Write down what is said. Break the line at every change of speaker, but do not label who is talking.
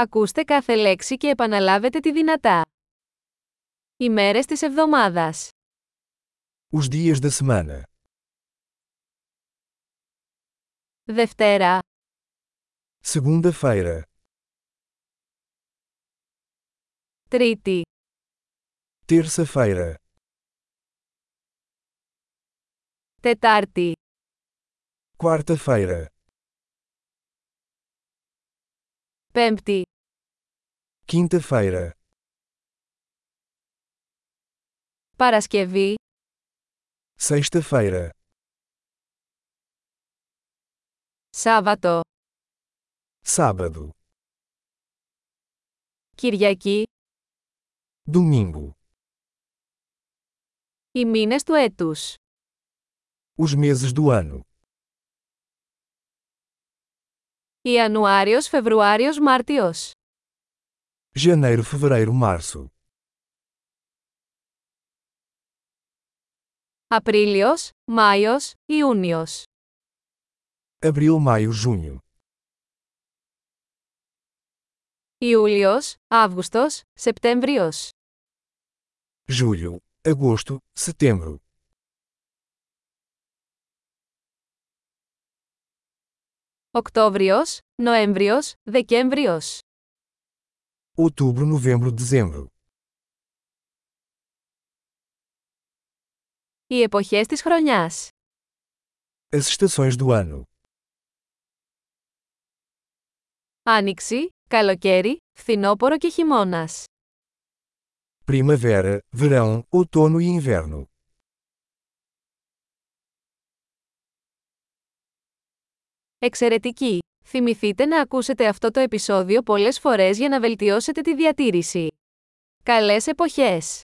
Ακούστε κάθε λέξη και επαναλάβετε τη δυνατά. Οι μέρες της εβδομάδας.
Os dias da semana:
Δευτέρα,
segunda-feira,
Τρίτη,
terça-feira,
Τετάρτη,
quarta-feira,
Πέμπτη,
quinta-feira,
Παρασκευή,
sexta-feira,
Σάββατο,
sábado,
Κυριακή,
domingo.
οι μήνες του έτους.
Os meses do ano:
Ιανουάριος, Φεβρουάριος, Μάρτιος.
janeiro, fevereiro, março,
Απρίλιος, Μάιος, Ιούνιος.
abril, maio, junho,
Ιούλιος, Αύγουστος, Σεπτέμβριος.
julho, agosto, setembro,
Οκτώβριος, Νοέμβριος, Δεκέμβριος.
outubro, novembro, dezembro.
Οι εποχές της χρονιάς.
As estações do ano:
Άνοιξη, καλοκαίρι, φθινόπωρο και χειμώνας.
primavera, verão, outono e inverno.
Εξαιρετική! Θυμηθείτε να ακούσετε αυτό το επεισόδιο πολλές φορές για να βελτιώσετε τη διατήρηση. Καλές εποχές!